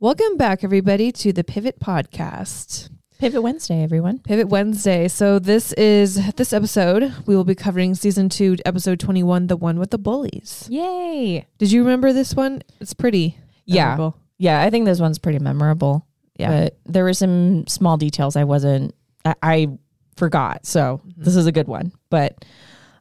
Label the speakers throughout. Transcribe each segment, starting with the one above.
Speaker 1: Welcome back, everybody, to the Pivot Podcast.
Speaker 2: Pivot Wednesday, everyone.
Speaker 1: Pivot Wednesday. So this is this episode. We will be covering season two, episode twenty-one, the one with the bullies.
Speaker 2: Yay.
Speaker 1: Did you remember this one? It's pretty.
Speaker 2: Yeah.
Speaker 1: memorable.
Speaker 2: Yeah, I think this one's pretty memorable.
Speaker 1: Yeah.
Speaker 2: But there were some small details I wasn't, I, I forgot. So this is a good one. But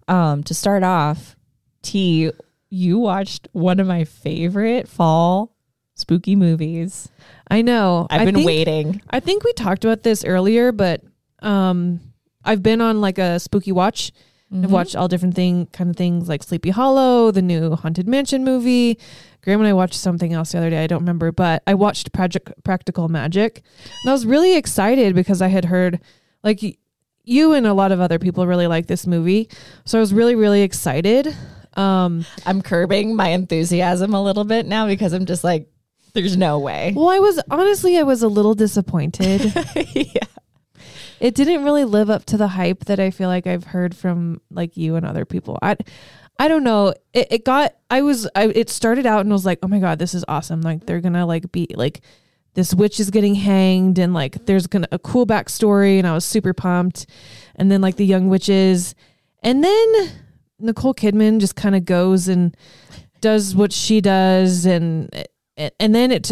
Speaker 2: um, to start off, T, you watched one of my favorite fall spooky movies.
Speaker 1: I know.
Speaker 2: I've
Speaker 1: I
Speaker 2: been
Speaker 1: think-
Speaker 2: waiting.
Speaker 1: I think we talked about this earlier, but um, I've been on like a spooky watch.
Speaker 2: Mm-hmm.
Speaker 1: I've watched all different thing kind of things like Sleepy Hollow, the new Haunted Mansion movie. Graham and I watched something else the other day. I don't remember, but I watched Project Practical Magic, and I was really excited because I had heard like y- you and a lot of other people really like this movie, so I was really really excited. Um,
Speaker 2: I'm curbing my enthusiasm a little bit now because I'm just like, there's no way.
Speaker 1: well, I was honestly I was a little disappointed.
Speaker 2: yeah.
Speaker 1: it didn't really live up to the hype that I feel like I've heard from like you and other people. I I don't know. It, it got I was I it started out and was like, "Oh my god, this is awesome. Like they're going to like be like this witch is getting hanged and like there's going to a cool backstory and I was super pumped. And then like the young witches and then Nicole Kidman just kind of goes and does what she does and and then it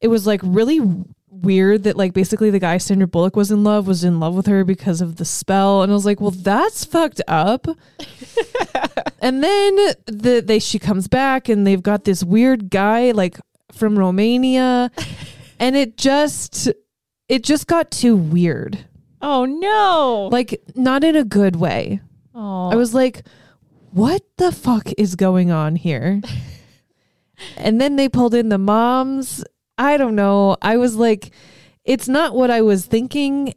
Speaker 1: it was like really weird that like basically the guy Sandra Bullock was in love was in love with her because of the spell and I was like well that's fucked up and then the they she comes back and they've got this weird guy like from Romania and it just it just got too weird
Speaker 2: Oh, no.
Speaker 1: like not in a good way
Speaker 2: oh.
Speaker 1: I was like, what the fuck is going on here? and then they pulled in the moms. I don't know. I was like, it's not what I was thinking.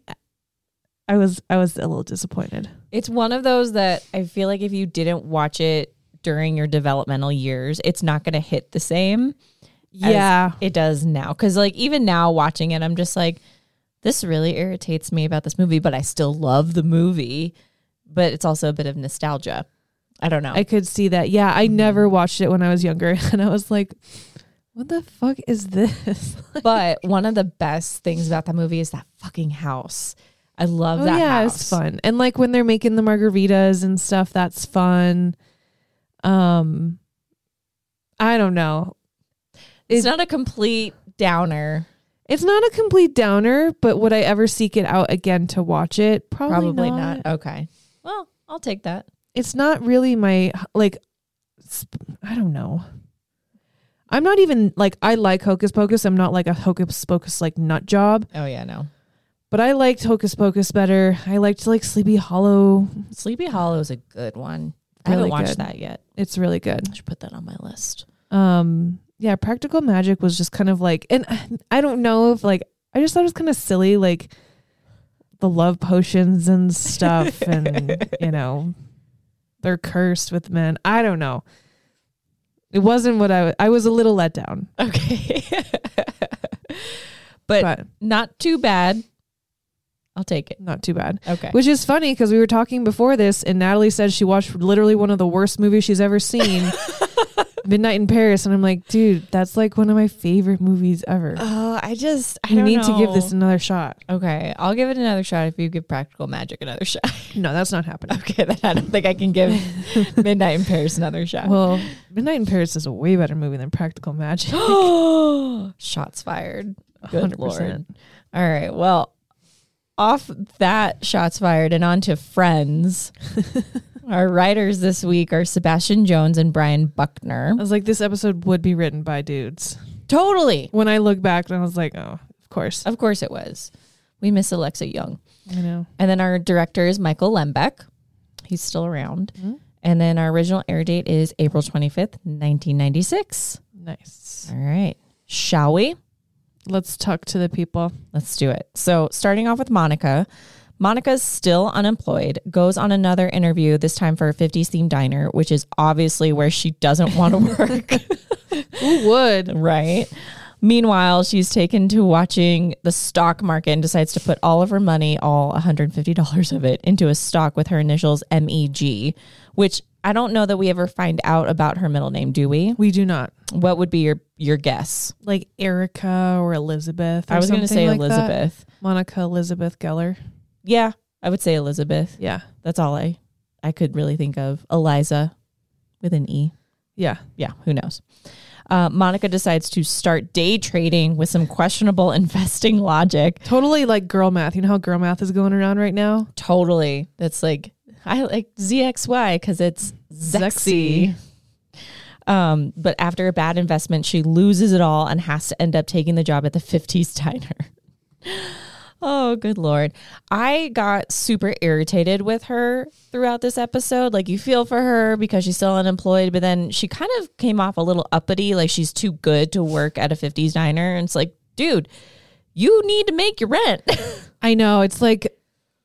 Speaker 1: I was I was a little disappointed.
Speaker 2: It's one of those that I feel like if you didn't watch it during your developmental years, it's not going to hit the same as it does now. Because, like, even now watching it, I'm just like, this really irritates me about this movie, but I still love the movie. But it's also a bit of nostalgia. I don't know.
Speaker 1: I could see that. Yeah, I
Speaker 2: Mm-hmm.
Speaker 1: never watched it when I was younger and I was like, what the fuck is this?
Speaker 2: but one of the best things about that movie is that fucking house. I love
Speaker 1: Oh
Speaker 2: that
Speaker 1: yeah,
Speaker 2: house.
Speaker 1: it's fun. And like when they're making the margaritas and stuff, that's fun. Um I don't know.
Speaker 2: It's not a complete downer.
Speaker 1: It's not a complete downer, but would I ever seek it out again to watch it? Probably,
Speaker 2: Probably,
Speaker 1: not.
Speaker 2: not. Okay. Well, I'll take that.
Speaker 1: It's not really my like. sp- I don't know. I'm not even like I like Hocus Pocus. I'm not like a Hocus Pocus like nut job,
Speaker 2: Oh, yeah, no.
Speaker 1: but I liked Hocus Pocus better. I liked like Sleepy Hollow.
Speaker 2: Sleepy Hollow is a good one. I
Speaker 1: Really
Speaker 2: haven't
Speaker 1: good.
Speaker 2: watched that yet.
Speaker 1: It's really good.
Speaker 2: I should put that on my list.
Speaker 1: um yeah practical magic was just kind of like and i don't know if like i just thought it was kind of silly like the love potions and stuff and you know they're cursed with men i don't know it wasn't what I wa- I was a little let down
Speaker 2: Okay.
Speaker 1: but,
Speaker 2: but, not too bad. I'll take it.
Speaker 1: not too bad
Speaker 2: Okay.
Speaker 1: which is funny because we were talking before this and natalie said she watched literally one of the worst movies she's ever seen midnight in paris and i'm like dude that's like one of my favorite movies ever
Speaker 2: Oh, I just I
Speaker 1: you
Speaker 2: don't
Speaker 1: need to give
Speaker 2: know.
Speaker 1: this another shot
Speaker 2: Okay, I'll give it another shot if you give Practical Magic another shot.
Speaker 1: No, that's not happening.
Speaker 2: okay, then I don't think I can give Midnight in Paris another shot.
Speaker 1: Well, Midnight in Paris is a way better movie than Practical Magic.
Speaker 2: Shots fired. Good
Speaker 1: 100%.
Speaker 2: lord. All right. Well, off that shots fired and on to friends. Our writers this week are Sebastian Jones and Brian Buckner.
Speaker 1: I was like, this episode would be written by dudes.
Speaker 2: Totally.
Speaker 1: When I look back, I was like, oh, of course.
Speaker 2: Of course it was. We miss Alexa Young.
Speaker 1: I know.
Speaker 2: And then our director is Michael Lembeck. He's still around. And then our original air date is April 25th, 1996.
Speaker 1: Nice.
Speaker 2: All right. Shall we?
Speaker 1: Let's talk to the people.
Speaker 2: Let's do it. So, starting off with Monica. Monica's still unemployed, goes on another interview, this time for a 50s themed diner, which is obviously where she doesn't want to work,
Speaker 1: Who would?
Speaker 2: right? Meanwhile, she's taken to watching the stock market and decides to put all of her money, all $150 of it, into a stock with her initials MEG, which I don't know that we ever find out about her middle name, do we?
Speaker 1: We do not
Speaker 2: What would be your your guess?
Speaker 1: like Erica or Elizabeth. Or
Speaker 2: I was going to
Speaker 1: something
Speaker 2: say
Speaker 1: like that.
Speaker 2: Elizabeth.
Speaker 1: Monica Elizabeth Geller.
Speaker 2: Yeah, I would say Elizabeth.
Speaker 1: Yeah,
Speaker 2: That's all I I could really think of. Eliza with an E.
Speaker 1: yeah.
Speaker 2: yeah, who knows? Uh, Monica decides to start day trading with some questionable investing logic.
Speaker 1: Totally like girl math. You know how girl math is going around right now.
Speaker 2: Totally. That's like, I like ZXY because it's
Speaker 1: Zexy.
Speaker 2: sexy. Um, but after a bad investment, she loses it all and has to end up taking the job at the 50s diner. Oh, good Lord. I got super irritated with her throughout this episode. Like, you feel for her because she's still unemployed, but then she kind of came off a little uppity, like she's too good to work at a 50s diner. And it's like, dude, you need to make your rent.
Speaker 1: I know. It's like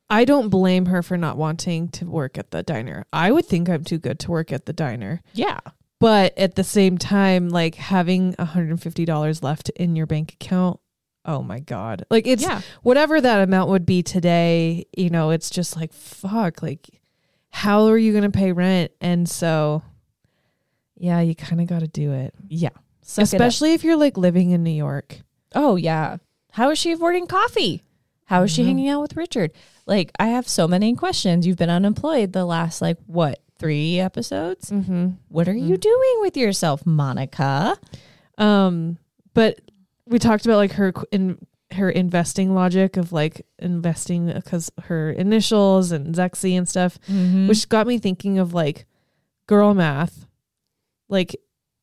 Speaker 1: I don't blame her for not wanting to work at the diner. I would think I'm too good to work at the diner.
Speaker 2: yeah.
Speaker 1: But at the same time, like having $150 left in your bank account, oh my God. Like it's
Speaker 2: Yeah.
Speaker 1: whatever that amount would be today, you know, it's just like, fuck, like how are you going to pay rent? And so, yeah, you kind of got to do it.
Speaker 2: Yeah. Suck it up.
Speaker 1: Especially if you're like living in New York.
Speaker 2: Oh yeah. How is she affording coffee? How
Speaker 1: Mm-hmm.
Speaker 2: is she hanging out with Richard? Like I have so many questions. You've been unemployed the last like what, 3 episodes?
Speaker 1: Mm-hmm.
Speaker 2: What are you doing with yourself, Monica?
Speaker 1: Um, but we talked about like her qu- in her investing logic of like investing because her initials and Zexy and stuff,
Speaker 2: Mm-hmm.
Speaker 1: which got me thinking of like girl math. Like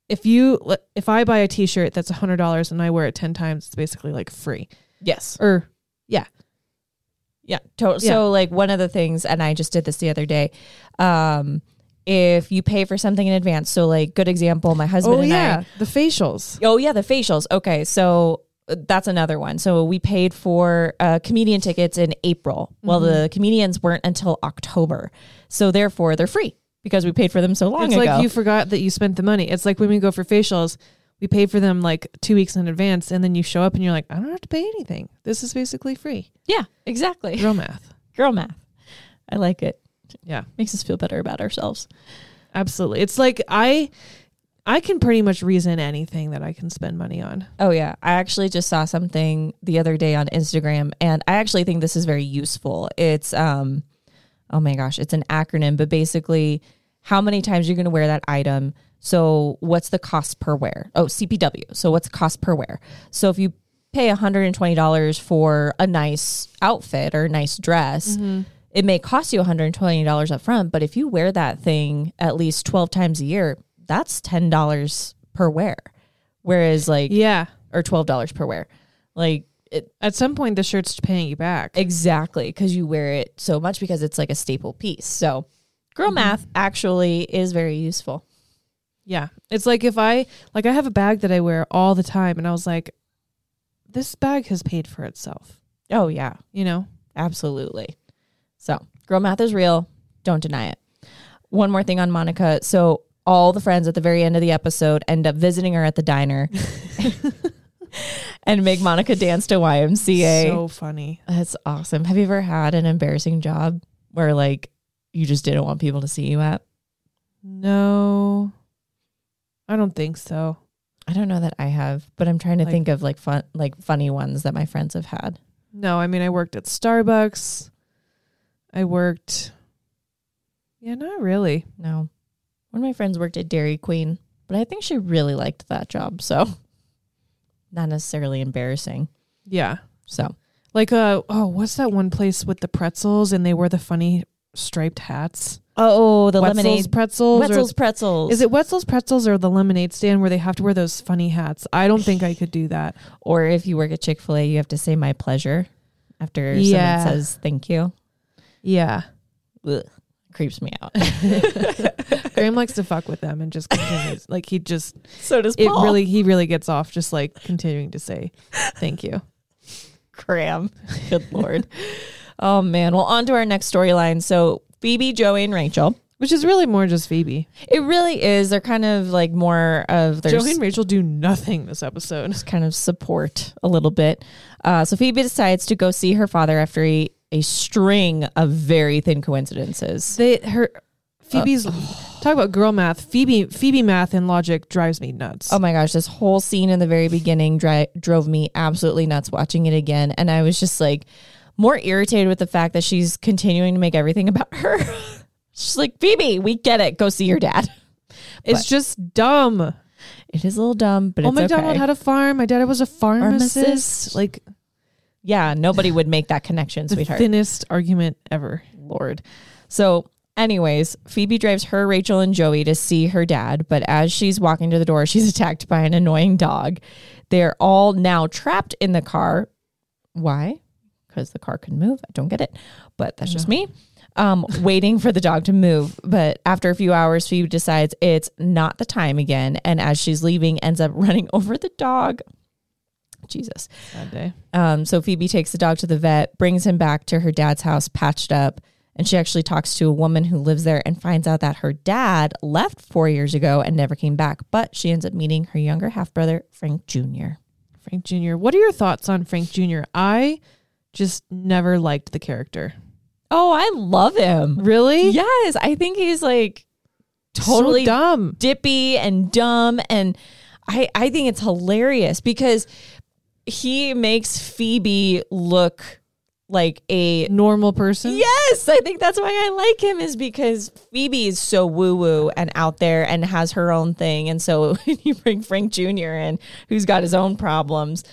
Speaker 1: if you li- if I buy a T-shirt that's a hundred dollars and I wear it ten times, it's basically like free.
Speaker 2: yes.
Speaker 1: Or
Speaker 2: Yeah. To-
Speaker 1: Yeah.
Speaker 2: So like one of the things and I just did this the other day. Um if you pay for something in advance, so like good example, my husband
Speaker 1: oh
Speaker 2: and I
Speaker 1: yeah, the facials.
Speaker 2: Oh yeah, the facials. Okay, so uh, that's another one. So we paid for uh, comedian tickets in April. Well, the comedians weren't until October, so therefore they're free because we paid for them so long
Speaker 1: It's
Speaker 2: ago.
Speaker 1: like you forgot that you spent the money. It's like when we go for facials, we pay for them like two weeks in advance, and then you show up and you're like, I don't have to pay anything. This is basically free.
Speaker 2: yeah, exactly.
Speaker 1: Girl math.
Speaker 2: Girl math. I like it.
Speaker 1: Yeah,
Speaker 2: Makes us feel better about ourselves.
Speaker 1: absolutely. It's like I I can pretty much reason anything that I can spend money on.
Speaker 2: Oh yeah, I actually just saw something the other day on Instagram, and I actually think this is very useful. It's um, oh my gosh, it's an acronym, but basically, how many times you're going to wear that item? So what's the cost per wear? Oh, CPW. So what's the cost per wear? So if you pay $120 for a nice outfit or a nice dress, it may cost you $120 up front, but if you wear that thing at least 12 times a year, that's $10 per wear. Whereas like
Speaker 1: Yeah.
Speaker 2: or twelve dollars per wear. Like it,
Speaker 1: At some point the shirt's paying you back.
Speaker 2: exactly because you wear it so much because it's like a staple piece. So girl math actually is very useful.
Speaker 1: Yeah. It's like if I like I have a bag that I wear all the time and I was like this bag has paid for itself,
Speaker 2: Oh yeah,
Speaker 1: you know?
Speaker 2: absolutely. So girl math is real. Don't deny it. One more thing on Monica. So all the friends at the very end of the episode end up visiting her at the diner. And make Monica dance to YMCA.
Speaker 1: So funny.
Speaker 2: That's awesome. Have you ever had an embarrassing job where like you just didn't want people to see you at?
Speaker 1: No. I don't think so.
Speaker 2: I don't know that I have, but I'm trying to
Speaker 1: Like-
Speaker 2: think of like fun, like funny ones that my friends have had.
Speaker 1: No, I mean I worked at Starbucks. I worked Yeah, not really.
Speaker 2: No, one of my friends worked at Dairy Queen, but I think she really liked that job, so not necessarily embarrassing.
Speaker 1: Yeah.
Speaker 2: So
Speaker 1: Like uh oh, what's that one place with the pretzels and they wear the funny striped hats?
Speaker 2: oh, the
Speaker 1: Wetzel's
Speaker 2: lemonade
Speaker 1: pretzels. or-
Speaker 2: Wetzel's pretzels,
Speaker 1: is it Wetzel's pretzels or the lemonade stand where they have to wear those funny hats? I don't think I could do that.
Speaker 2: or if you work at Chick Fil A, you have to say "my pleasure" after
Speaker 1: Yeah.
Speaker 2: someone says "thank you."
Speaker 1: Yeah.
Speaker 2: Ugh, creeps me out.
Speaker 1: Graham likes to fuck with them and just continues. like he just
Speaker 2: so does
Speaker 1: it really he really gets off just like continuing to say thank you.
Speaker 2: cram. Good lord. oh man. Well, on to our next storyline. So Phoebe, Joey, and Rachel
Speaker 1: Which is really more just Phoebe.
Speaker 2: It really is. They're kind of like more of their
Speaker 1: Joey and Rachel do nothing this episode.
Speaker 2: kind of support a little bit. Uh, so Phoebe decides to go see her father after a, a string of very thin coincidences.
Speaker 1: They her Phoebe's talk about girl math. Phoebe Phoebe math and logic drives me nuts.
Speaker 2: Oh my gosh, this whole scene in the very beginning dri- drove me absolutely nuts watching it again. And I was just like more irritated with the fact that she's continuing to make everything about her. she's like, Phoebe, we get it. Go see your dad.
Speaker 1: it's just dumb.
Speaker 2: It is a little dumb, but
Speaker 1: Oh,
Speaker 2: it's
Speaker 1: McDonald
Speaker 2: okay.
Speaker 1: had a farm. My dad was a pharmacist.
Speaker 2: Pharmacist.
Speaker 1: Like
Speaker 2: yeah, nobody would make that connection,
Speaker 1: the
Speaker 2: sweetheart.
Speaker 1: thinnest argument ever.
Speaker 2: Lord. So, anyways, Phoebe drives her, Rachel, and Joey to see her dad, but as she's walking to the door, she's attacked by an annoying dog. They're all now trapped in the car. Why? Because the car can move. I don't get it, but that's just me. Um, waiting for the dog to move. But after a few hours, Phoebe decides it's not the time again. And as she's leaving, ends up running over the dog. Jesus.
Speaker 1: That day.
Speaker 2: Um, so Phoebe takes the dog to the vet, brings him back to her dad's house, patched up, and she actually talks to a woman who lives there and finds out that her dad left four years ago and never came back. But she ends up meeting her younger half brother, Frank Jr.
Speaker 1: Frank Jr. What are your thoughts on Frank Jr.? I just never liked the character.
Speaker 2: Oh, I love him.
Speaker 1: Really?
Speaker 2: Yes, I think he's like
Speaker 1: So
Speaker 2: totally
Speaker 1: dumb.
Speaker 2: dippy and dumb and I I think it's hilarious because he makes Phoebe look like a
Speaker 1: Normal person.
Speaker 2: Yes, I think that's why I like him is because Phoebe is so woo woo and out there and has her own thing, and so when you bring Frank Jr. in, who's got his own problems,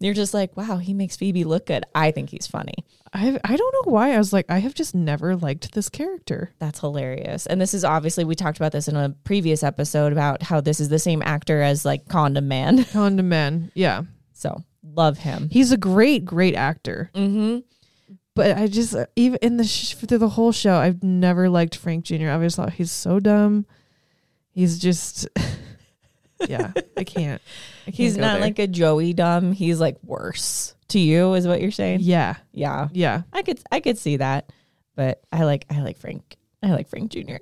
Speaker 2: you're just like, wow, he makes Phoebe look good. I think he's funny.
Speaker 1: I I don't know why. I was like, I have just never liked this character.
Speaker 2: That's hilarious. And this is obviously we talked about this in a previous episode about how this is the same actor as like Condom Man.
Speaker 1: Condom Man. Yeah.
Speaker 2: So love him.
Speaker 1: He's a great, great actor.
Speaker 2: Mm-hmm.
Speaker 1: But I just uh, even in the sh- through the whole show, I've never liked Frank Jr. I always thought he's so dumb. He's just yeah. I can't. I can't
Speaker 2: He's
Speaker 1: go
Speaker 2: not
Speaker 1: there.
Speaker 2: like a Joey dumb. He's like worse to you, is what you're saying.
Speaker 1: yeah,
Speaker 2: yeah.
Speaker 1: yeah.
Speaker 2: I could I could see that, but I like I like Frank. I like Frank Jr.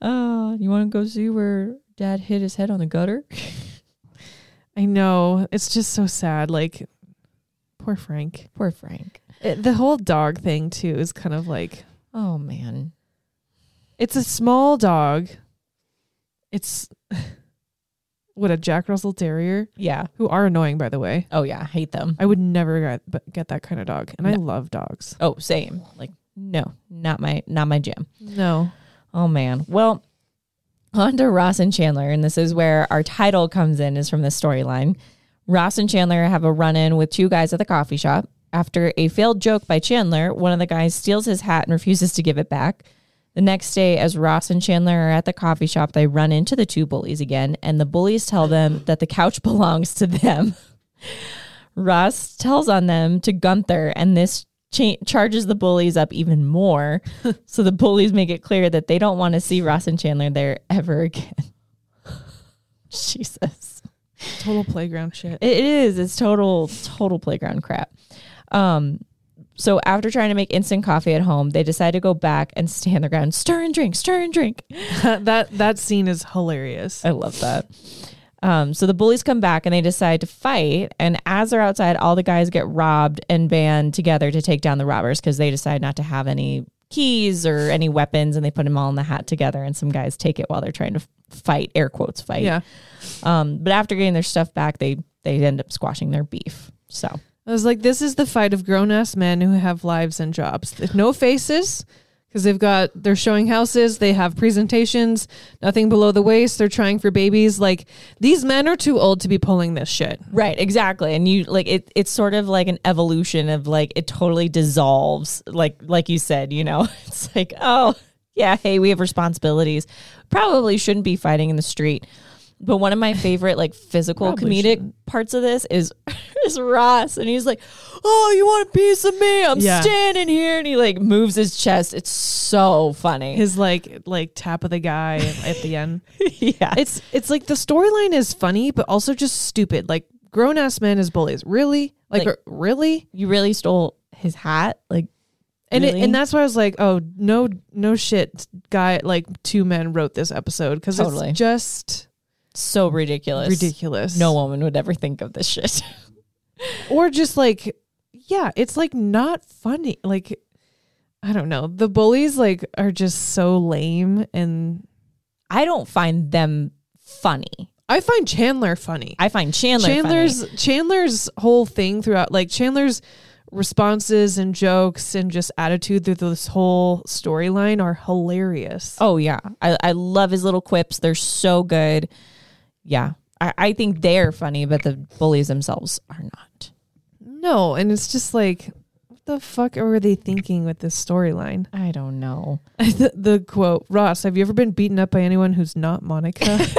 Speaker 2: Uh, you want to go see where Dad hit his head on the gutter?
Speaker 1: I know. It's just so sad. Like poor Frank.
Speaker 2: Poor Frank.
Speaker 1: It- the whole dog thing too is kind of like
Speaker 2: Oh man.
Speaker 1: it's a small dog. It's what a Jack Russell Terrier.
Speaker 2: Yeah.
Speaker 1: who are annoying by the way
Speaker 2: Oh yeah. I Hate them.
Speaker 1: i would never get, but get that kind of dog and i
Speaker 2: No.
Speaker 1: love dogs
Speaker 2: Oh, same. Like no, not my not my jam.
Speaker 1: no
Speaker 2: Oh man. Well, on to Ross and Chandler, and this is where our title comes in, is from this storyline. Ross and Chandler have a run in with two guys at the coffee shop. After a failed joke by Chandler, one of the guys steals his hat and refuses to give it back. The next day, as Ross and Chandler are at the coffee shop, they run into the two bullies again, and the bullies tell them that the couch belongs to them. Ross tells on them to Gunther, and this cha- charges the bullies up even more. so the bullies make it clear that they don't want to see Ross and Chandler there ever again. Jesus.
Speaker 1: total playground shit
Speaker 2: It is. It's total, total playground crap. Um, so after trying to make instant coffee at home, they decide to go back and stay on the ground, stir and drink, stir and drink.
Speaker 1: that that scene is hilarious
Speaker 2: I love that. Um, so the bullies come back and they decide to fight. And as they're outside, all the guys get robbed and band together to take down the robbers because they decide not to have any keys or any weapons and they put them all in the hat together. And some guys take it while they're trying to fight, air quotes, fight.
Speaker 1: yeah
Speaker 2: Um, but after getting their stuff back, they they end up squashing their beef. So
Speaker 1: i was like this is the fight of grown-ass men who have lives and jobs There's no faces because they've got they're showing houses they have presentations nothing below the waist they're trying for babies like these men are too old to be pulling this shit
Speaker 2: right, exactly. And you like it. It's sort of like an evolution of like it totally dissolves. Like like you said, you know, it's like oh yeah, hey, we have responsibilities. Probably shouldn't be fighting in the street. But one of my favorite like physical
Speaker 1: Probably
Speaker 2: comedic parts of this is is Ross and he's like, "Oh, you want a piece of me? I'm
Speaker 1: Yeah.
Speaker 2: standing here." And he like moves his chest. It's so funny.
Speaker 1: his like like tap of the guy at the end
Speaker 2: yeah.
Speaker 1: it's it's like the storyline is funny but also just stupid like grown-ass men as bullies really like,
Speaker 2: Like-
Speaker 1: really
Speaker 2: you really stole his hat like
Speaker 1: And it,
Speaker 2: Really?
Speaker 1: and that's why I was like, oh no, no shit, guy. Like two men wrote this episode because
Speaker 2: Totally.
Speaker 1: it's just
Speaker 2: So ridiculous.
Speaker 1: ridiculous.
Speaker 2: No woman would ever think of this shit.
Speaker 1: or just like, yeah, it's like not funny. Like, I don't know. The bullies like are just so lame, and
Speaker 2: I don't find them funny.
Speaker 1: I find Chandler funny.
Speaker 2: I find Chandler
Speaker 1: Chandler's Chandler's whole thing throughout, like Chandler's responses and jokes and just attitude through this whole storyline are hilarious.
Speaker 2: Oh yeah, I, I love his little quips. They're so good. Yeah, I, I think they're funny, but the bullies themselves are not.
Speaker 1: No, and it's just like, what the fuck were they thinking with this storyline?
Speaker 2: I don't know.
Speaker 1: the, the quote, Ross, have you ever been beaten up by anyone who's not Monica?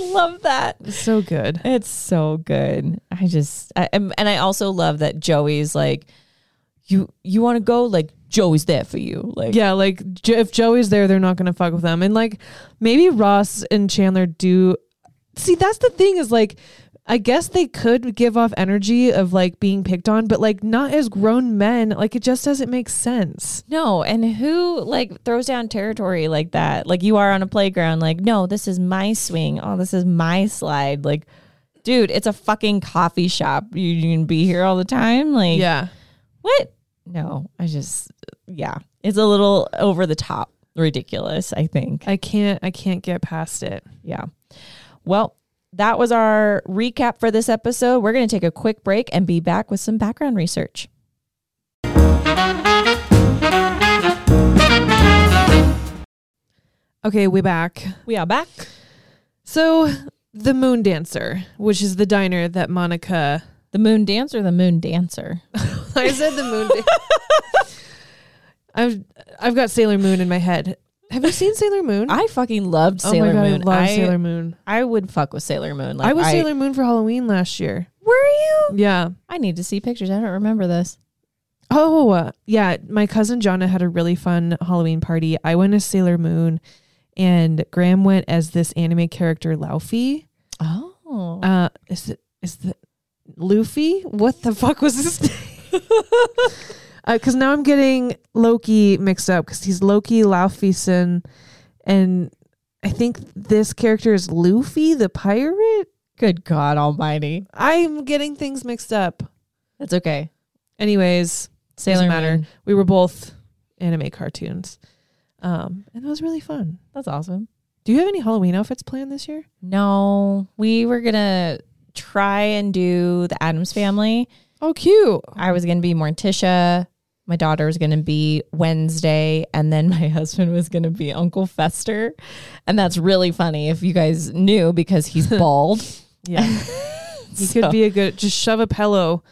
Speaker 2: love that.
Speaker 1: so good.
Speaker 2: It's so good. I just I, and and I also love that Joey's like, you you want to go like Joey's there for you like
Speaker 1: Yeah, like Jo- if Joey's there, they're not gonna fuck with them, and like maybe Ross and Chandler do. See, that's the thing is like, I guess they could give off energy of like being picked on, but like not as grown men. Like it just doesn't make sense.
Speaker 2: No, and who like throws down territory like that? Like you are on a playground, like, no, this is my swing. Oh, this is my slide. Like, dude, it's a fucking coffee shop. You, you can be here all the time. Like,
Speaker 1: Yeah,
Speaker 2: what? No, I just, yeah, it's a little over the top, ridiculous, I think.
Speaker 1: I can't. I can't get past it.
Speaker 2: Yeah. Well, that was our recap for this episode. We're going to take a quick break and be back with some background research.
Speaker 1: Okay, we back.
Speaker 2: We are back.
Speaker 1: So the Moon Dancer, which is the diner that Monica.
Speaker 2: The moon dancer, the moon dancer.
Speaker 1: Mm. I said the Moon. Dan- I've I've got Sailor Moon in my head. Have you seen Sailor Moon?
Speaker 2: I fucking loved Sailor
Speaker 1: oh my God,
Speaker 2: Moon.
Speaker 1: I love
Speaker 2: I,
Speaker 1: Sailor Moon.
Speaker 2: I would fuck with Sailor Moon. Like
Speaker 1: I was Sailor Moon for Halloween last year.
Speaker 2: Were you?
Speaker 1: Yeah.
Speaker 2: I need to see pictures. I don't remember this.
Speaker 1: Oh, uh, yeah. My cousin Jonna had a really fun Halloween party. I went as Sailor Moon, and Graham went as this anime character Luffy.
Speaker 2: Oh.
Speaker 1: Uh, is it is the Luffy? What the fuck was his name? Because now I'm getting Loki mixed up because he's Loki Laufeyson, and I think this character is Luffy the pirate.
Speaker 2: Good God Almighty.
Speaker 1: I'm getting things mixed up.
Speaker 2: That's okay.
Speaker 1: Anyways,
Speaker 2: Sailor
Speaker 1: matter.
Speaker 2: Moon.
Speaker 1: we were both anime cartoons. Um, and it was really fun.
Speaker 2: That's awesome.
Speaker 1: Do you have any Halloween outfits planned this year?
Speaker 2: No, we were gonna try and do the Adams Family.
Speaker 1: Oh, cute.
Speaker 2: I was gonna be Morticia. My daughter was gonna be Wednesday, and then my husband was gonna be Uncle Fester, and that's really funny if you guys knew because he's bald.
Speaker 1: Yeah. you could be a good, just shove a pillow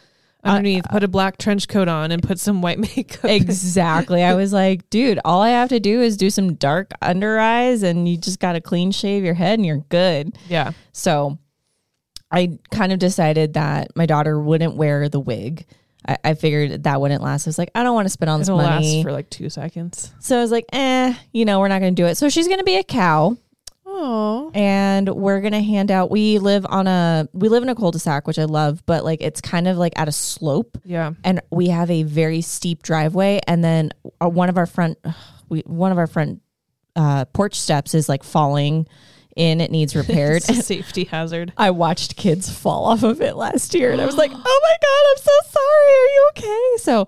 Speaker 1: underneath, put a black trench coat on, and put some white makeup.
Speaker 2: Exactly. I was like, dude, all I have to do is do some dark under eyes and you just got to clean shave your head and you're good.
Speaker 1: yeah.
Speaker 2: So I kind of decided that my daughter wouldn't wear the wig. I, I figured that wouldn't last. I was like, I don't want to spend all this
Speaker 1: It'll last
Speaker 2: money.
Speaker 1: for like two seconds.
Speaker 2: so I was like, eh, you know, we're not going to do it. So she's going to be a cow
Speaker 1: Oh.
Speaker 2: and we're gonna hand out we live on a we live in a cul-de-sac which i love but like it's kind of like at a slope
Speaker 1: Yeah.
Speaker 2: and we have a very steep driveway and then uh, one of our front we one of our front uh, porch steps is like falling in it needs repaired
Speaker 1: It's a safety hazard.
Speaker 2: i watched kids fall off of it last year and i was like oh my god i'm so sorry are you okay so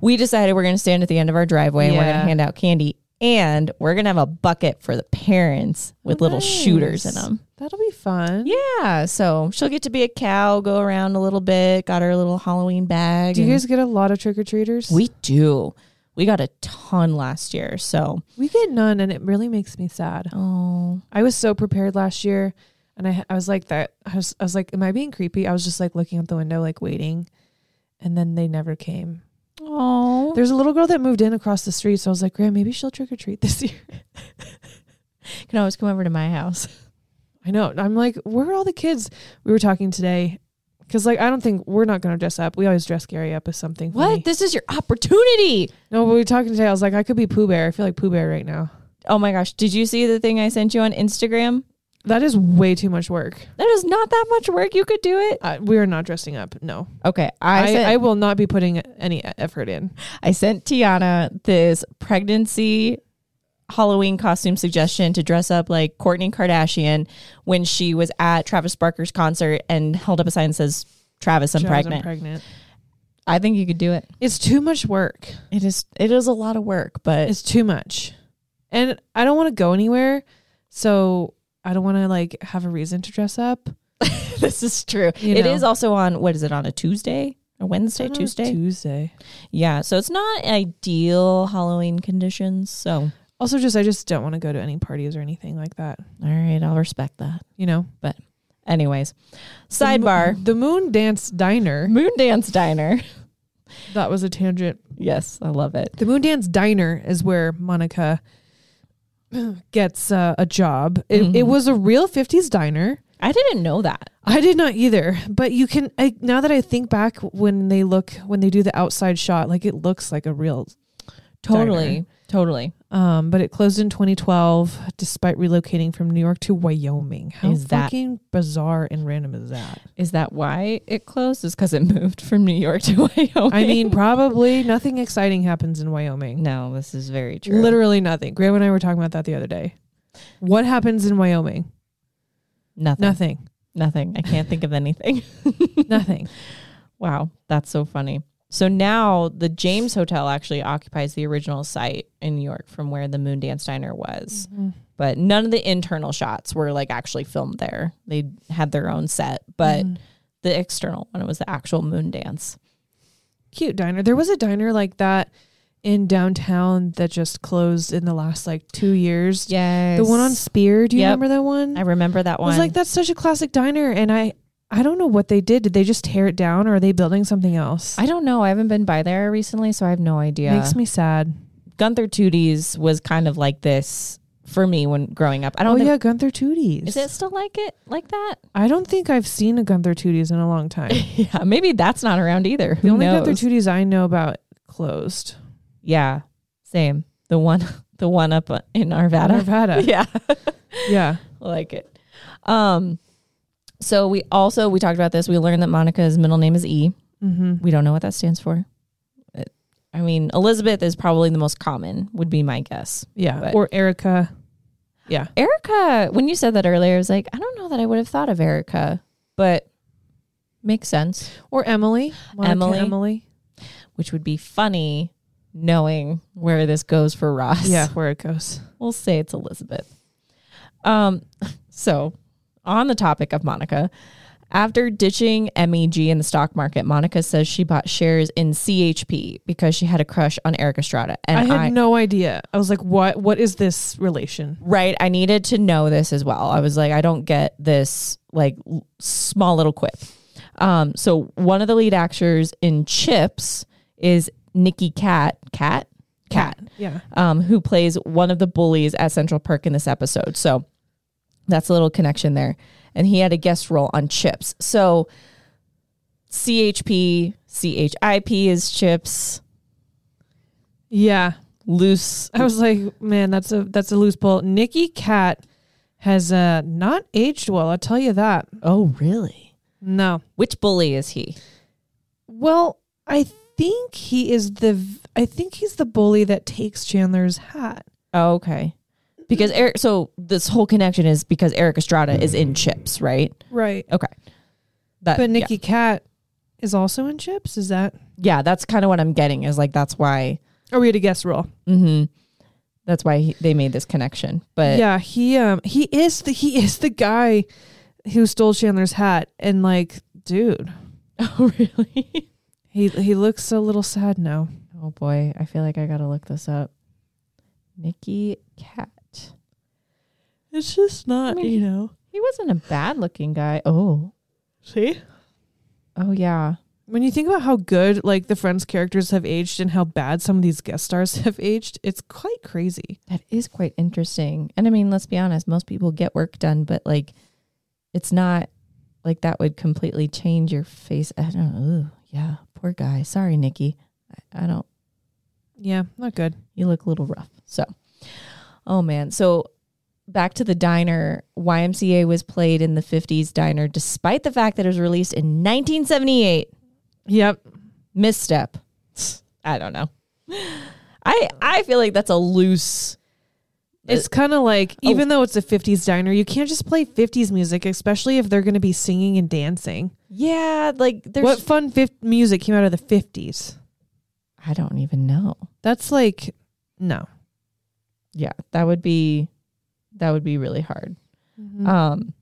Speaker 2: we decided we're going to stand at the end of our driveway and we're going
Speaker 1: Yeah.
Speaker 2: to hand out candy and we're going to have a bucket for the parents with little shooters
Speaker 1: Oh,
Speaker 2: in
Speaker 1: Nice.
Speaker 2: them
Speaker 1: That'll be fun.
Speaker 2: yeah so she'll get to be a cow go around a little bit got her little halloween bag
Speaker 1: Do you
Speaker 2: and-
Speaker 1: guys get a lot of trick or treaters?
Speaker 2: we do. We got a ton last year. So,
Speaker 1: we get none, and it really makes me sad.
Speaker 2: oh,
Speaker 1: I was so prepared last year, and I I was like that. I was I was like, am I being creepy? I was just like looking out the window, like waiting, and then they never came.
Speaker 2: oh.
Speaker 1: There's a little girl that moved in across the street, so I was like, Graham, maybe she'll trick or treat this year.
Speaker 2: You can always come over to my house.
Speaker 1: I know. I'm like, where are all the kids? We were talking today, because like I don't think we're not gonna dress up. We always dress Gary up as something. funny.
Speaker 2: This is your opportunity.
Speaker 1: No, we were talking today. I was like, I could be Pooh Bear. I feel like Pooh Bear right now.
Speaker 2: Oh my gosh. Did you see the thing I sent you on Instagram?
Speaker 1: That is way too much work.
Speaker 2: That is not that much work. You could do it.
Speaker 1: Uh, we are not dressing up. No,
Speaker 2: Okay,
Speaker 1: I,
Speaker 2: I
Speaker 1: I,
Speaker 2: sent, I,
Speaker 1: will not be putting any e-, effort in.
Speaker 2: sent Tiana this pregnancy Halloween costume suggestion to dress up like Courtney Kardashian when she was at Travis Barker's concert and held up a sign that says Travis, I'm
Speaker 1: Travis,
Speaker 2: pregnant.
Speaker 1: pregnant.
Speaker 2: I think you could do it.
Speaker 1: It's too much work.
Speaker 2: It is it is a lot of work, but
Speaker 1: It's too much, and I don't want to go anywhere. So I don't want to like have a reason to dress up.
Speaker 2: this is true. It
Speaker 1: You
Speaker 2: is
Speaker 1: know. Uh-huh.
Speaker 2: also on what is it on a Tuesday? A Wednesday,
Speaker 1: On a
Speaker 2: Tuesday?
Speaker 1: Tuesday.
Speaker 2: yeah, so it's not ideal Halloween conditions. So,
Speaker 1: Also, just I just don't want to go to any parties or anything like that.
Speaker 2: all right, I'll respect that.
Speaker 1: You know,
Speaker 2: Anyways,
Speaker 1: The mo-
Speaker 2: sidebar
Speaker 1: the Moon Dance Diner.
Speaker 2: Moon Dance Diner.
Speaker 1: That was a tangent.
Speaker 2: Yes, I love it.
Speaker 1: The Moon Dance Diner is where Monica gets uh, a job. It, it
Speaker 2: Mhm.
Speaker 1: was a real '50s diner.
Speaker 2: I didn't know that.
Speaker 1: I did not either, but you can. I, now that I think back, when they look, when they do the outside shot, like it looks like a real
Speaker 2: Totally. Totally.
Speaker 1: Um, but it closed in 2012, despite relocating from New York to Wyoming. How
Speaker 2: Is that-
Speaker 1: fucking bizarre and random is that?
Speaker 2: Is that why it closed? Is cuz it moved from New York to Wyoming.
Speaker 1: I mean, probably nothing exciting happens in Wyoming.
Speaker 2: no, this is very true.
Speaker 1: Literally nothing. Graham and I were talking about that the other day. What happens in Wyoming?
Speaker 2: nothing. Nothing.
Speaker 1: Nothing.
Speaker 2: Nothing. I can't think of anything.
Speaker 1: nothing.
Speaker 2: Wow, that's so funny. So now the James Hotel actually occupies the original site in New York from where the Moon Dance Diner was.
Speaker 1: Mm-hmm.
Speaker 2: But none of the internal shots were like actually filmed there. They had their own set, but
Speaker 1: Mhm.
Speaker 2: the external one was the actual Moon Dance.
Speaker 1: cute diner. There was a diner like that in downtown that just closed in the last like two years.
Speaker 2: Yes.
Speaker 1: The one on Spear. Do you
Speaker 2: Yep.
Speaker 1: remember that one?
Speaker 2: I remember that
Speaker 1: I
Speaker 2: one.
Speaker 1: was like, that's such a classic diner. And I, I don't know what they did. Did they just tear it down or are they building something else?
Speaker 2: I don't know. I haven't been by there recently, so I have no idea.
Speaker 1: Makes me sad.
Speaker 2: Gunther Tooties was kind of like this for me when growing up. I
Speaker 1: Oh
Speaker 2: don't think
Speaker 1: yeah, Gunther Tooties.
Speaker 2: is it still like it like that?
Speaker 1: I don't think I've seen a Gunther Tooties in a long time.
Speaker 2: yeah, maybe that's not around either.
Speaker 1: The
Speaker 2: Who
Speaker 1: only
Speaker 2: knows?
Speaker 1: Gunther Tooties I know about closed.
Speaker 2: Yeah, same. The one, the one up in Arvada.
Speaker 1: Nevada.
Speaker 2: Yeah,
Speaker 1: yeah.
Speaker 2: I like it. Um, so we also we talked about this. We learned that Monica's middle name is E.
Speaker 1: Mm-hmm.
Speaker 2: We don't know what that stands for. It- I mean, Elizabeth is probably the most common. Would be my guess.
Speaker 1: Yeah.
Speaker 2: But-
Speaker 1: or Erica. Yeah.
Speaker 2: Erica. When you said that earlier, I was like, I don't know that I would have thought of Erica, but makes sense.
Speaker 1: Or Emily. Monica
Speaker 2: Emily.
Speaker 1: Emily.
Speaker 2: Which would be funny, knowing where this goes for Ross.
Speaker 1: Yeah, where it goes.
Speaker 2: we'll say it's Elizabeth. Um, so on the topic of Monica, after ditching MEG in the stock market, Monica says she bought shares in CHP because she had a crush on Eric Estrada. And
Speaker 1: I
Speaker 2: I,
Speaker 1: had no idea. I was like, what? What is this relation?
Speaker 2: right, I needed to know this as well. I was like, I don't get this like l- small little quip. Um, so one of the lead actors in Chips is Nikki Cat. Cat. Cat
Speaker 1: Yeah.
Speaker 2: um, who plays one of the bullies at Central Park in this episode. So that's a little connection there. And he had a guest role on Chips. So CHP, CHIP is Chips,
Speaker 1: Yeah.
Speaker 2: loose.
Speaker 1: I was like, man, that's a that's a loose pull. Nikki Cat has uh not aged well. I'll tell you that.
Speaker 2: Oh, really?
Speaker 1: No.
Speaker 2: Which bully is he?
Speaker 1: Well, I think he is the v- I think he's the bully that takes Chandler's hat.
Speaker 2: Oh, okay. Because Eric, so this whole connection is because Eric Estrada is in Chips, right?
Speaker 1: Right.
Speaker 2: Okay. That,
Speaker 1: But
Speaker 2: yeah.
Speaker 1: Nikki Cat is also in Chips. Is that?
Speaker 2: yeah, that's kind of what I'm getting is like, that's why,
Speaker 1: Are Oh, we had a guess roll?
Speaker 2: hmm that's why he, they made this connection. But
Speaker 1: yeah, he um he is the he is the guy who stole Chandler's hat and like, dude,
Speaker 2: oh, really?
Speaker 1: he he looks a little sad now.
Speaker 2: Oh boy, I feel like I gotta look this up. Nikki Cat.
Speaker 1: It's just not,
Speaker 2: you
Speaker 1: know.
Speaker 2: He wasn't a bad looking guy. Oh,
Speaker 1: See?
Speaker 2: oh yeah.
Speaker 1: When you think about how good like the Friends characters have aged and how bad some of these guest stars have aged, it's quite crazy.
Speaker 2: That is quite interesting. And I mean, let's be honest, most people get work done, but like it's not like that would completely change your face. I don't know. Ooh, yeah, poor guy. Sorry, Nikki. I, I don't
Speaker 1: Yeah, not good.
Speaker 2: you look a little rough. So, oh man. So back to the diner, YMCA was played in the 50s diner despite the fact that it was released in 1978.
Speaker 1: Yep.
Speaker 2: Misstep. I don't know. I I feel like that's a loose
Speaker 1: It's kind of like even though it's a 50s diner, you can't just play 50s music, especially if they're going to be singing and dancing.
Speaker 2: Yeah, like there's
Speaker 1: what fun fif- music came out of the 50s?
Speaker 2: I don't even know.
Speaker 1: That's like no.
Speaker 2: Yeah, that would be that would be really hard.
Speaker 1: Mm-hmm. Uh,
Speaker 2: Um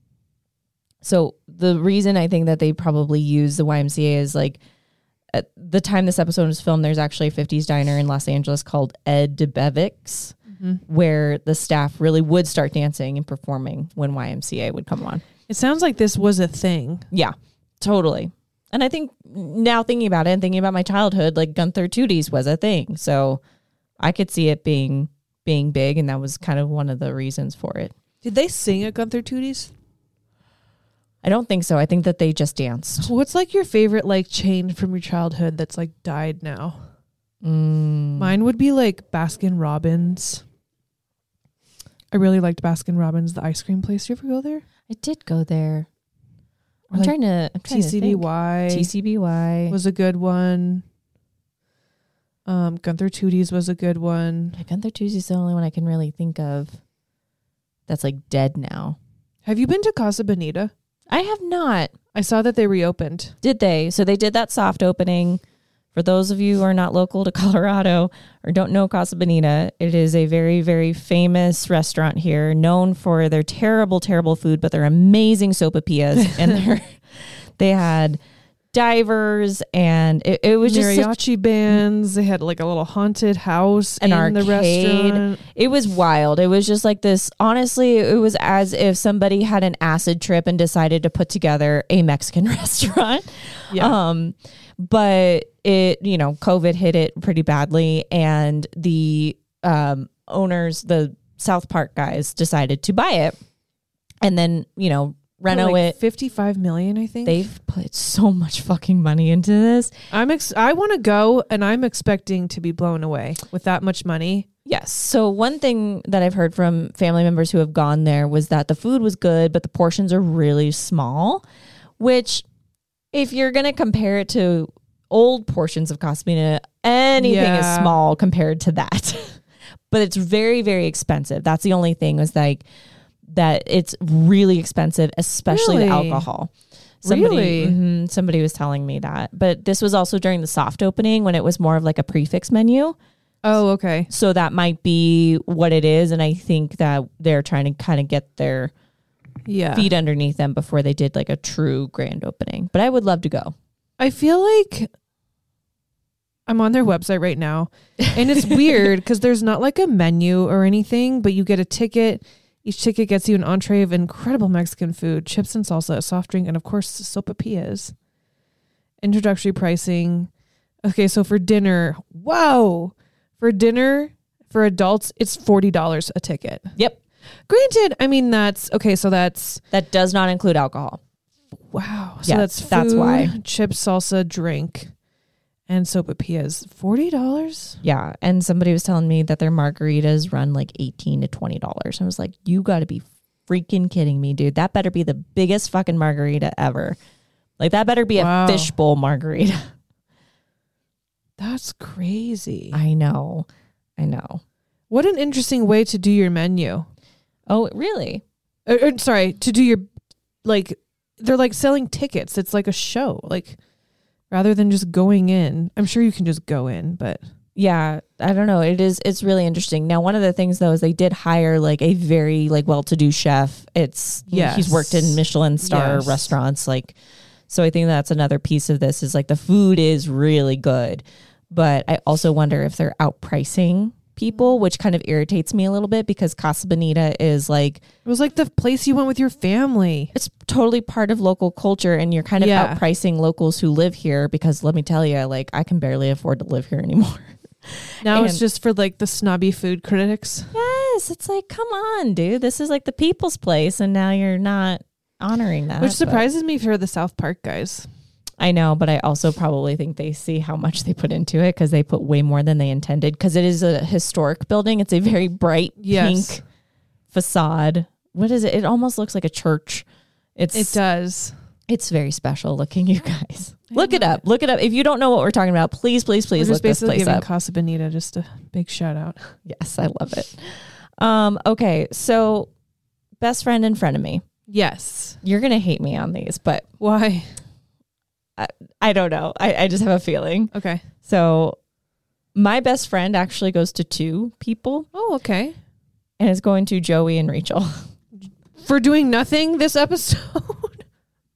Speaker 2: so the reason I think that they probably use the YMCA is like at the time this episode was filmed, there's actually a 50s diner in Los Angeles called Ed DeBevick's,
Speaker 1: Mm-hmm.
Speaker 2: where the staff really would start dancing and performing when YMCA would come on.
Speaker 1: It sounds like this was a thing.
Speaker 2: Yeah, totally. And I think now thinking about it and thinking about my childhood, like Gunther Tooties was a thing. So I could see it being being big and that was kind of one of the reasons for it.
Speaker 1: Did they sing at Gunther Tooties?
Speaker 2: I don't think so. I think that they just danced.
Speaker 1: What's like your favorite like change from your childhood that's like died now?
Speaker 2: Mm.
Speaker 1: Mm-hmm. Mine would be like Baskin Robbins. I really liked Baskin Robbins, the ice cream place. You ever go there?
Speaker 2: I did go there. I'm
Speaker 1: Like
Speaker 2: trying to I'm trying
Speaker 1: TCBY
Speaker 2: To think. TCBY.
Speaker 1: was a good one. Um, Gunther Tooties was a good one.
Speaker 2: Yeah, Gunther Tooties is the only one I can really think of that's like dead now.
Speaker 1: Have you been to Casa Bonita?
Speaker 2: I have not.
Speaker 1: I saw that they reopened.
Speaker 2: did they? So they did that soft opening. For those of you who are not local to Colorado or don't know Casa Bonita, it is a very, very famous restaurant here, known for their terrible, terrible food, but their amazing sopapillas. and their, they had divers, and it, it was just such-
Speaker 1: Mariachi bands. They had like a little haunted house
Speaker 2: an
Speaker 1: in
Speaker 2: arcade. Uh,
Speaker 1: the restaurant.
Speaker 2: It was wild. It was just like this. Honestly, it was as if somebody had an acid trip and decided to put together a Mexican restaurant.
Speaker 1: Yeah.
Speaker 2: Um, but it, you know, COVID hit it pretty badly, and the um, owners, the South Park guys, decided to buy it, and then you know, reno
Speaker 1: Like
Speaker 2: it.
Speaker 1: Fifty-five million, I think.
Speaker 2: They've put so much fucking money into this.
Speaker 1: I'm ex- I want to go, and I'm expecting to be blown away with that much money.
Speaker 2: Yes. So one thing that I've heard from family members who have gone there was that the food was good, but the portions are really small, which if you're going to compare it to old portions of Cosmina, anything
Speaker 1: Yeah.
Speaker 2: is small compared to that. but it's very very expensive. That's the only thing was like that it's really expensive, especially
Speaker 1: Really?
Speaker 2: the alcohol. Somebody,
Speaker 1: Really?
Speaker 2: mhm, somebody was telling me that. But this was also during the soft opening when it was more of like a prefix menu.
Speaker 1: Oh, okay.
Speaker 2: So that might be what it is. And I think that they're trying to kind of get their
Speaker 1: Yeah.
Speaker 2: feet underneath them before they did like a true grand opening. But I would love to go.
Speaker 1: I feel like I'm on their website right now, and it's weird because there's not like a menu or anything, but you get a ticket. Each ticket gets you an entree of incredible Mexican food, chips and salsa, a soft drink, and of course, sopapillas. Introductory pricing. Okay, so for dinner, whoa, for dinner for adults, it's forty dollars a ticket.
Speaker 2: Yep.
Speaker 1: Granted, I mean that's okay. So that's
Speaker 2: That does not include alcohol.
Speaker 1: Wow. So
Speaker 2: Yeah,
Speaker 1: that's food,
Speaker 2: that's why.
Speaker 1: chip salsa drink and sopapillas. Forty dollars?
Speaker 2: Yeah. And somebody was telling me that their margaritas run like 18 to $20. I was like, you got to be freaking kidding me, dude. That better be the biggest fucking margarita ever. Like, that better be
Speaker 1: Wow.
Speaker 2: a fishbowl margarita.
Speaker 1: That's crazy.
Speaker 2: I know. I know.
Speaker 1: What an interesting way to do your menu.
Speaker 2: Oh, really?
Speaker 1: Or, or, sorry, to do your like they're like selling tickets. It's like a show. Like rather than just going in. I'm sure you can just go in, but
Speaker 2: yeah i don't know it is it's really interesting now one of the things though is they did hire like a very like well-to-do chef it's yeah
Speaker 1: Yes.
Speaker 2: he's worked in michelin star
Speaker 1: Yes.
Speaker 2: restaurants like so i think that's another piece of this is like the food is really good but i also wonder if they're outpricing people
Speaker 1: Mm-hmm.
Speaker 2: which kind of irritates me a little bit because casa bonita is like
Speaker 1: it was like the place you went with your family.
Speaker 2: it's totally part of local culture and you're kind of
Speaker 1: Yeah.
Speaker 2: outpricing locals who live here because let me tell you like i can barely afford to live here anymore
Speaker 1: Now it's
Speaker 2: And-
Speaker 1: just for like the snobby food critics.
Speaker 2: Yes, it's like, come on, dude. This is like the people's place, and now you're not honoring that.
Speaker 1: Which
Speaker 2: but-
Speaker 1: surprises me for the South Park guys.
Speaker 2: I know, but I also probably think they see how much they put into it because they put way more than they intended. Because it is a historic building. It's a very bright
Speaker 1: Yes.
Speaker 2: pink facade. What is it? It almost looks like a church. It's
Speaker 1: It does.
Speaker 2: it's very special looking, you guys. Look it up. Look it up. If you don't know what we're talking about, please, please,
Speaker 1: We're
Speaker 2: please look
Speaker 1: just
Speaker 2: this
Speaker 1: basically
Speaker 2: place
Speaker 1: giving
Speaker 2: up.
Speaker 1: Casa Bonita just a big shout out.
Speaker 2: Yes, I love it. Um, okay, so best friend and frenemy.
Speaker 1: Yes.
Speaker 2: You're gonna hate me on these, but
Speaker 1: Why?
Speaker 2: I don't know. I, I just have a feeling.
Speaker 1: Okay.
Speaker 2: So my best friend actually goes to two people
Speaker 1: Oh, okay.
Speaker 2: and it's going to Joey and Rachel.
Speaker 1: For doing nothing this episode.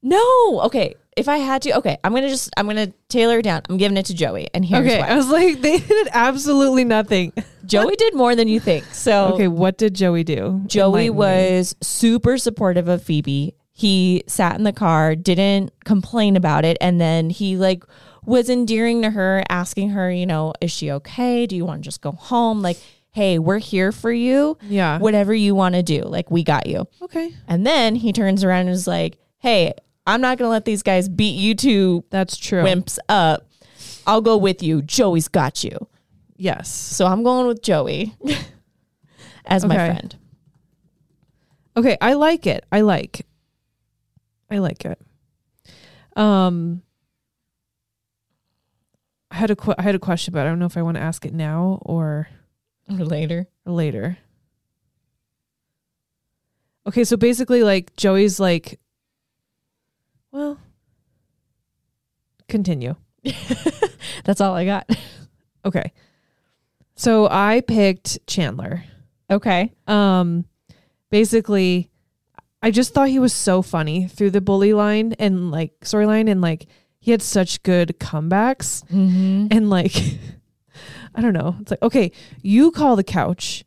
Speaker 2: No, okay. If I had to, okay, I'm gonna just I'm gonna tailor it down. I'm giving it to Joey, and here's
Speaker 1: okay. I
Speaker 2: why.
Speaker 1: was like, they did absolutely nothing.
Speaker 2: Joey did more than you think. So
Speaker 1: Okay, what did Joey do?
Speaker 2: Oh. Joey
Speaker 1: Enlighten me.
Speaker 2: was super supportive of Phoebe. He sat in the car, didn't complain about it, and then he like was endearing to her, asking her, you know, is she okay? Do you want to just go home? Like, hey, we're here for you.
Speaker 1: Yeah.
Speaker 2: Whatever you want to do, like we got you.
Speaker 1: Okay.
Speaker 2: And then he turns around and is like, hey, I'm not gonna let these guys beat you two
Speaker 1: That's true.
Speaker 2: wimps up. I'll go with you. Joey's got you.
Speaker 1: Yes.
Speaker 2: So I'm going with Joey as my
Speaker 1: Okay.
Speaker 2: friend.
Speaker 1: Okay, I like it. I like. I like it. Um I had a que- I had a question, but I don't know if I want to ask it now or
Speaker 2: Later.
Speaker 1: later. Okay, so basically like Joey's like well continue.
Speaker 2: That's all I got.
Speaker 1: Okay. So I picked Chandler.
Speaker 2: Okay.
Speaker 1: um basically i just thought he was so funny through the bully line and like storyline and like he had such good comebacks
Speaker 2: Mm-hmm.
Speaker 1: and like i don't know it's like okay you call the couch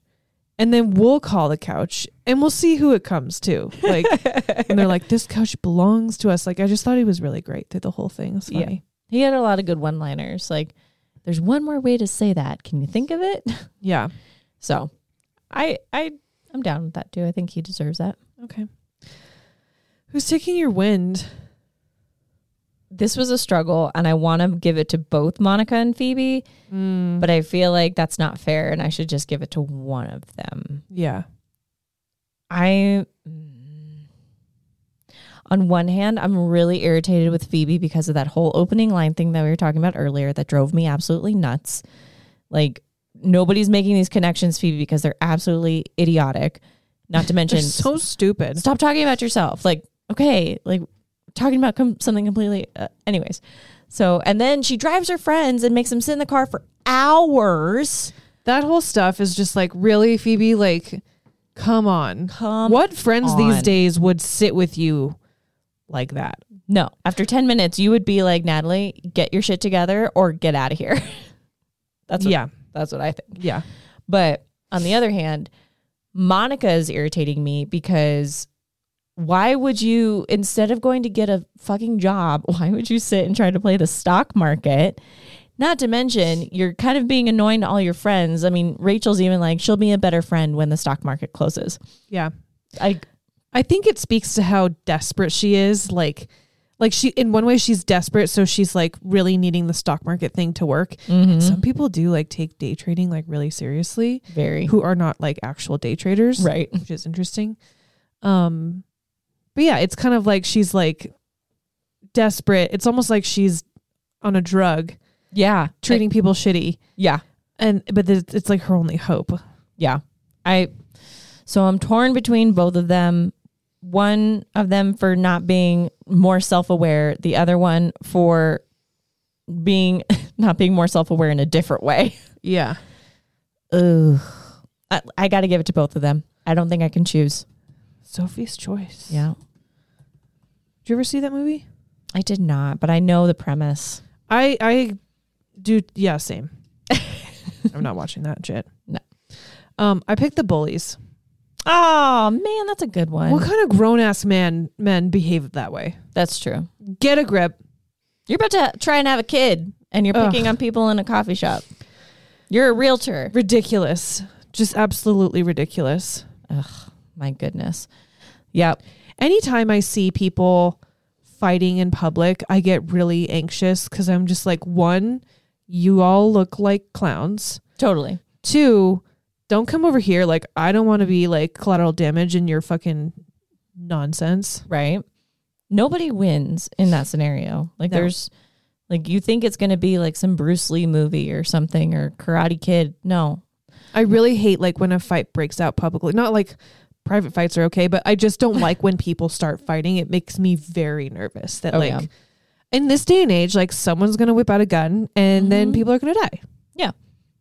Speaker 1: and then we'll call the couch and we'll see who it comes to like and they're like this couch belongs to us like i just thought he was really great through the whole thing it's
Speaker 2: Yeah.
Speaker 1: funny
Speaker 2: He had a lot of good one liners. Like, there's one more way to say that. Can you think of it?
Speaker 1: yeah
Speaker 2: So I I I'm down with that too. I think he deserves that.
Speaker 1: who's taking your wind
Speaker 2: This was a struggle and I want to give it to both Monica and Phoebe,
Speaker 1: mm,
Speaker 2: but I feel like that's not fair and I should just give it to one of them.
Speaker 1: yeah
Speaker 2: I mm, on one hand, I'm really irritated with Phoebe because of that whole opening line thing that we were talking about earlier that drove me absolutely nuts. Like nobody's making these connections, Phoebe, because they're absolutely idiotic. Not to mention
Speaker 1: they're so stupid
Speaker 2: stop talking about yourself. Like, okay, like talking about com- something completely. Uh, anyways, so and then she drives her friends and makes them sit in the car for hours.
Speaker 1: that whole stuff is just like really phoebe like come on
Speaker 2: Come
Speaker 1: what friends
Speaker 2: on.
Speaker 1: these days would sit with you like that
Speaker 2: No, after ten minutes, you would be like Natalie, get your shit together or get out of here. that's what,
Speaker 1: yeah
Speaker 2: That's what I think.
Speaker 1: yeah
Speaker 2: But on the other hand, Monica is irritating me because why would you instead of going to get a fucking job, why would you sit and try to play the stock market? Not to mention, you're kind of being annoying to all your friends. I mean, Rachel's even like, she'll be a better friend when the stock market closes.
Speaker 1: yeah
Speaker 2: I
Speaker 1: i think it speaks to how desperate she is like like she in one way she's desperate so she's like really needing the stock market thing to work
Speaker 2: Mm-hmm.
Speaker 1: and some people do like take day trading like really seriously
Speaker 2: very
Speaker 1: who are not like actual day traders
Speaker 2: right.
Speaker 1: which is interesting. Um, but yeah, it's kind of like she's like desperate. It's almost like she's on a drug,
Speaker 2: Yeah.
Speaker 1: treating people shitty,
Speaker 2: yeah.
Speaker 1: and but it's, it's like her only hope.
Speaker 2: yeah i so i'm torn between both of them one of them for not being more self-aware the other one for being not being more self-aware in a different way
Speaker 1: Yeah,
Speaker 2: Ugh. I, I gotta give it to both of them i don't think i can choose
Speaker 1: Sophie's Choice.
Speaker 2: yeah
Speaker 1: did you ever see that movie?
Speaker 2: i did not but i know the premise
Speaker 1: I I do. Yeah, same. I'm not watching that shit.
Speaker 2: No.
Speaker 1: Um, I picked the bullies.
Speaker 2: oh man that's a good one
Speaker 1: What kind of grown ass man men behave that way?
Speaker 2: that's true
Speaker 1: Get a grip.
Speaker 2: you're about to try and have a kid and you're
Speaker 1: Ugh.
Speaker 2: picking on people in a coffee shop you're a realtor
Speaker 1: Ridiculous. Just absolutely ridiculous.
Speaker 2: my goodness yep
Speaker 1: anytime I see people fighting in public, I get really anxious because I'm just like, one, you all look like clowns.
Speaker 2: totally
Speaker 1: Two, don't come over here. Like, I don't want to be like collateral damage in your fucking nonsense.
Speaker 2: right? Nobody wins in that scenario. Like
Speaker 1: No.
Speaker 2: there's like you think it's going to be like some Bruce Lee movie or something or Karate Kid. No.
Speaker 1: I really hate like when a fight breaks out publicly. Not like private fights are okay, but I just don't like when people start fighting. It makes me very nervous that
Speaker 2: Oh,
Speaker 1: like
Speaker 2: yeah.
Speaker 1: in this day and age, like someone's gonna whip out a gun and then
Speaker 2: Mhm.
Speaker 1: people are gonna die.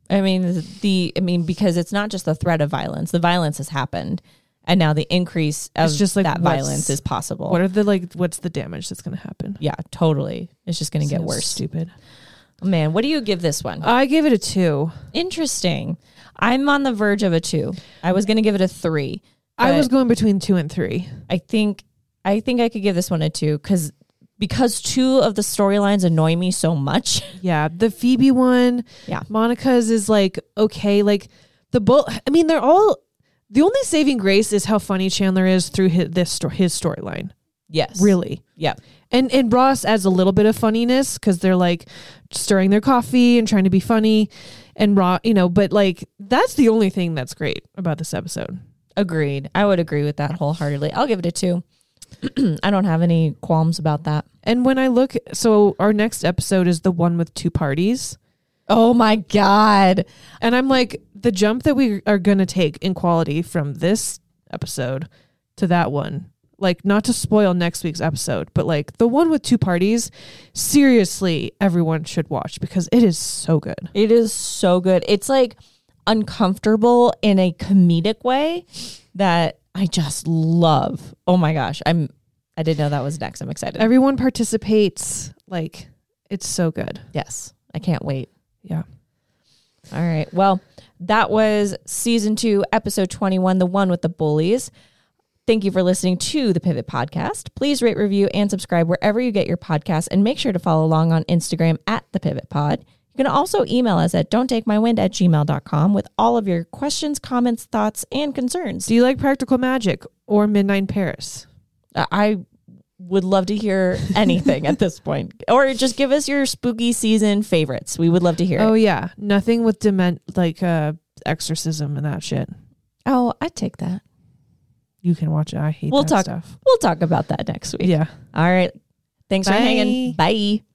Speaker 2: I mean the, the I mean because it's not just the threat of violence. The violence has happened and now the increase of
Speaker 1: It's just, like,
Speaker 2: that
Speaker 1: what's-
Speaker 2: violence is possible.
Speaker 1: What are the like? What's the damage that's gonna happen?
Speaker 2: yeah, totally. It's just going to get
Speaker 1: So
Speaker 2: worse.
Speaker 1: Stupid.
Speaker 2: Man, what do you give this one?
Speaker 1: I gave it a two.
Speaker 2: Interesting. I'm on the verge of a 2. I was going to give it a 3.
Speaker 1: I
Speaker 2: But-
Speaker 1: was going between two and three.
Speaker 2: I think I think I could give this one a two because because two of the storylines annoy me so much.
Speaker 1: Yeah, the Phoebe one.
Speaker 2: Yeah.
Speaker 1: Monica's is like okay, like the bull. I mean, they're all. The only saving grace is how funny Chandler is through his this sto- his storyline.
Speaker 2: Yes,
Speaker 1: Really,
Speaker 2: Yep.
Speaker 1: and and Ross adds a little bit of funniness because they're like stirring their coffee and trying to be funny, and raw, you know. But like that's the only thing that's great about this episode.
Speaker 2: Agreed. I would agree with that wholeheartedly. I'll give it a two. I don't have any qualms about that.
Speaker 1: And when I look, so our next episode is the one with two parties.
Speaker 2: Oh my god!
Speaker 1: And I'm like, the jump that we are going to take in quality from this episode to that one, like, not to spoil next week's episode, but like the one with two parties, seriously, everyone should watch because it is so good.
Speaker 2: It is so good. It's like uncomfortable in a comedic way that I just love. Oh my gosh! I'm. I didn't know that was next. I'm excited.
Speaker 1: Everyone participates. Like, it's so good.
Speaker 2: yes, I can't wait.
Speaker 1: Yeah.
Speaker 2: All right. Well, that was season two, episode 21, the one with the bullies. Thank you for listening to the Pivot Podcast. Please rate, review, and subscribe wherever you get your podcasts. And make sure to follow along on Instagram at the Pivot Pod. You can also email us at don't take my wind at gmail.com with all of your questions, comments, thoughts, and concerns.
Speaker 1: Do you like Practical Magic or Midnight in Paris?
Speaker 2: I- I would love to hear anything at this point, or just give us your spooky season favorites. We would love to hear
Speaker 1: Oh,
Speaker 2: it.
Speaker 1: yeah. Nothing with dement, like, uh, exorcism and that shit.
Speaker 2: Oh, I take that.
Speaker 1: You can watch it. I hate
Speaker 2: We'll
Speaker 1: that
Speaker 2: talk-
Speaker 1: stuff.
Speaker 2: We'll talk about that next week.
Speaker 1: Yeah.
Speaker 2: All right. Thanks for
Speaker 1: Bye.
Speaker 2: hanging. Bye.